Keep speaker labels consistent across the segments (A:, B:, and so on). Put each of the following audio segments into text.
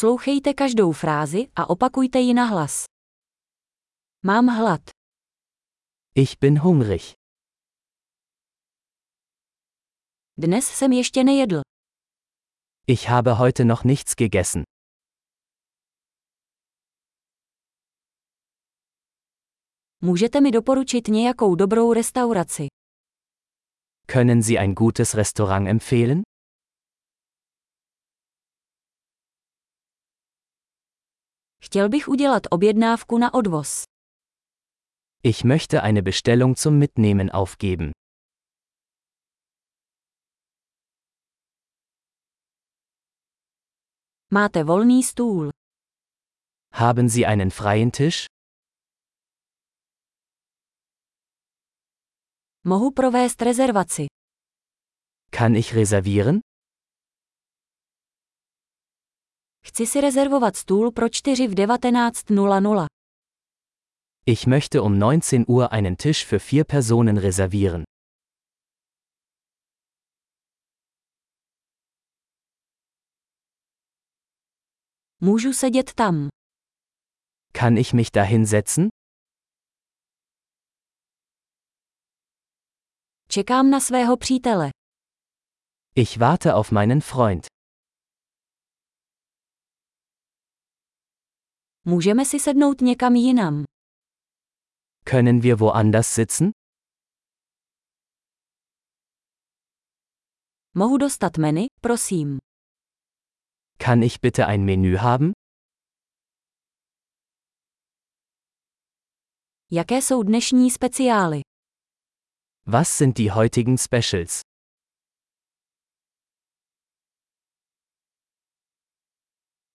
A: Poslouchejte každou frázi a opakujte ji na hlas. Mám hlad.
B: Ich bin hungrig.
A: Dnes jsem ještě nejedl.
B: Ich habe heute noch nichts gegessen.
A: Můžete mi doporučit nějakou dobrou restauraci?
B: Können Sie ein gutes Restaurant empfehlen?
A: Chtěl bych udělat objednávku na odvoz.
B: Ich möchte eine Bestellung zum Mitnehmen aufgeben.
A: Máte volný stůl.
B: Haben Sie einen freien Tisch?
A: Mohu provést rezervaci.
B: Kann ich reservieren?
A: Chci si rezervovat stůl pro 4 v 19.00.
B: Ich möchte um 19 Uhr einen Tisch für vier Personen reservieren.
A: Můžu sedět tam.
B: Kann ich mich da hinsetzen?
A: Čekám na svého přítele.
B: Ich warte auf meinen Freund.
A: Můžeme si sednout někam jinam.
B: Können wir woanders sitzen?
A: Mohu dostat menu, prosím.
B: Kann ich bitte ein Menü haben?
A: Jaké jsou dnešní speciály?
B: Was sind die heutigen Specials?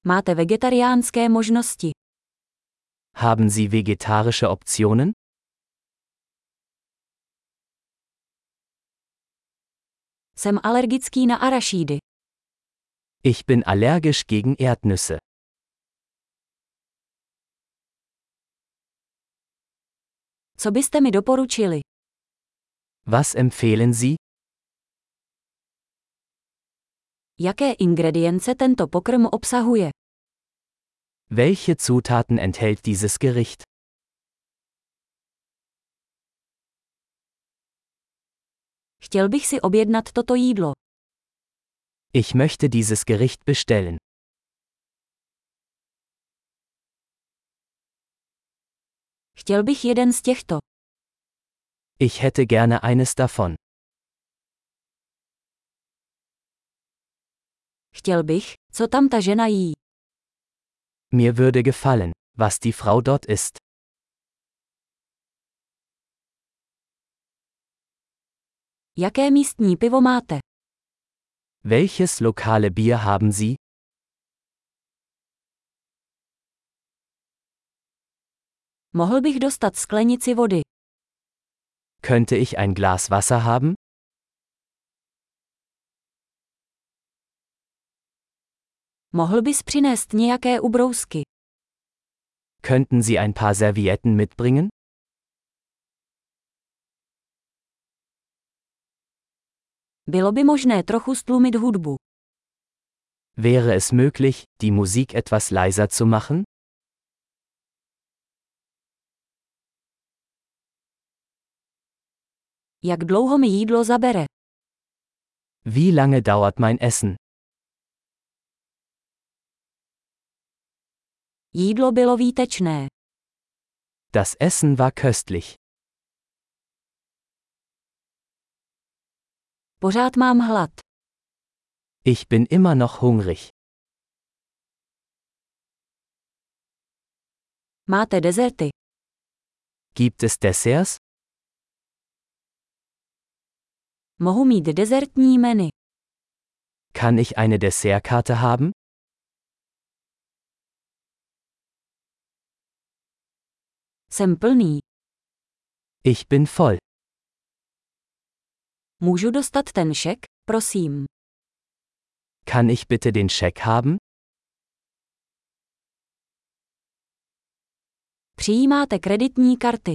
A: Máte vegetariánské možnosti.
B: Haben Sie vegetarische Optionen?
A: Jsem alergický na arašídy.
B: Ich bin allergisch gegen Erdnüsse.
A: Co byste mi doporučili?
B: Was empfehlen Sie?
A: Jaké ingredience tento pokrm obsahuje?
B: Welche Zutaten enthält dieses Gericht?
A: Chtěl bych si objednat toto jídlo.
B: Ich möchte dieses Gericht bestellen.
A: Chtěl bych jeden z těchto.
B: Ich hätte gerne eines davon.
A: Chtěl bych, co tam ta žena jí.
B: Mir würde gefallen, was die Frau dort isst.
A: Jaké místní pivo máte?
B: Welches lokale Bier haben Sie?
A: Mohl bych dostat sklenici vody.
B: Könnte ich ein Glas Wasser haben?
A: Mohl bys přinést nějaké ubrousky.
B: Könnten Sie ein paar Servietten mitbringen?
A: Bylo by možné trochu stlumit hudbu.
B: Wäre es möglich, die Musik etwas leiser zu machen?
A: Jak dlouho mi jídlo zabere?
B: Wie lange dauert mein Essen?
A: Jídlo bylo výtečné.
B: Das Essen war köstlich.
A: Pořád mám hlad.
B: Ich bin immer noch hungrig.
A: Máte dezerty.
B: Gibt es Desserts?
A: Mohu mít dezertní menu.
B: Kann ich eine Dessertkarte haben?
A: Jsem plný.
B: Ich bin voll.
A: Můžu dostat ten šek, prosím.
B: Kann ich bitte den Scheck haben?
A: Přijímáte kreditní karty.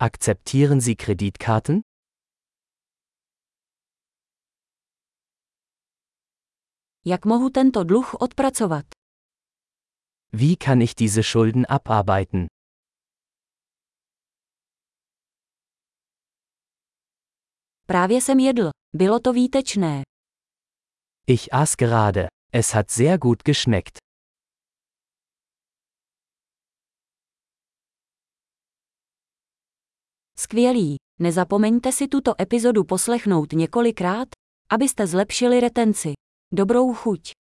B: Akzeptieren Sie Kreditkarten?
A: Jak mohu tento dluh odpracovat?
B: Wie kann ich diese Schulden abarbeiten?
A: Právě jsem jedl. Bylo to výtečné.
B: Ich aß gerade. Es hat sehr gut geschmeckt.
A: Skvělý. Nezapomeňte si tuto epizodu poslechnout několikrát, abyste zlepšili retenci. Dobrou chuť.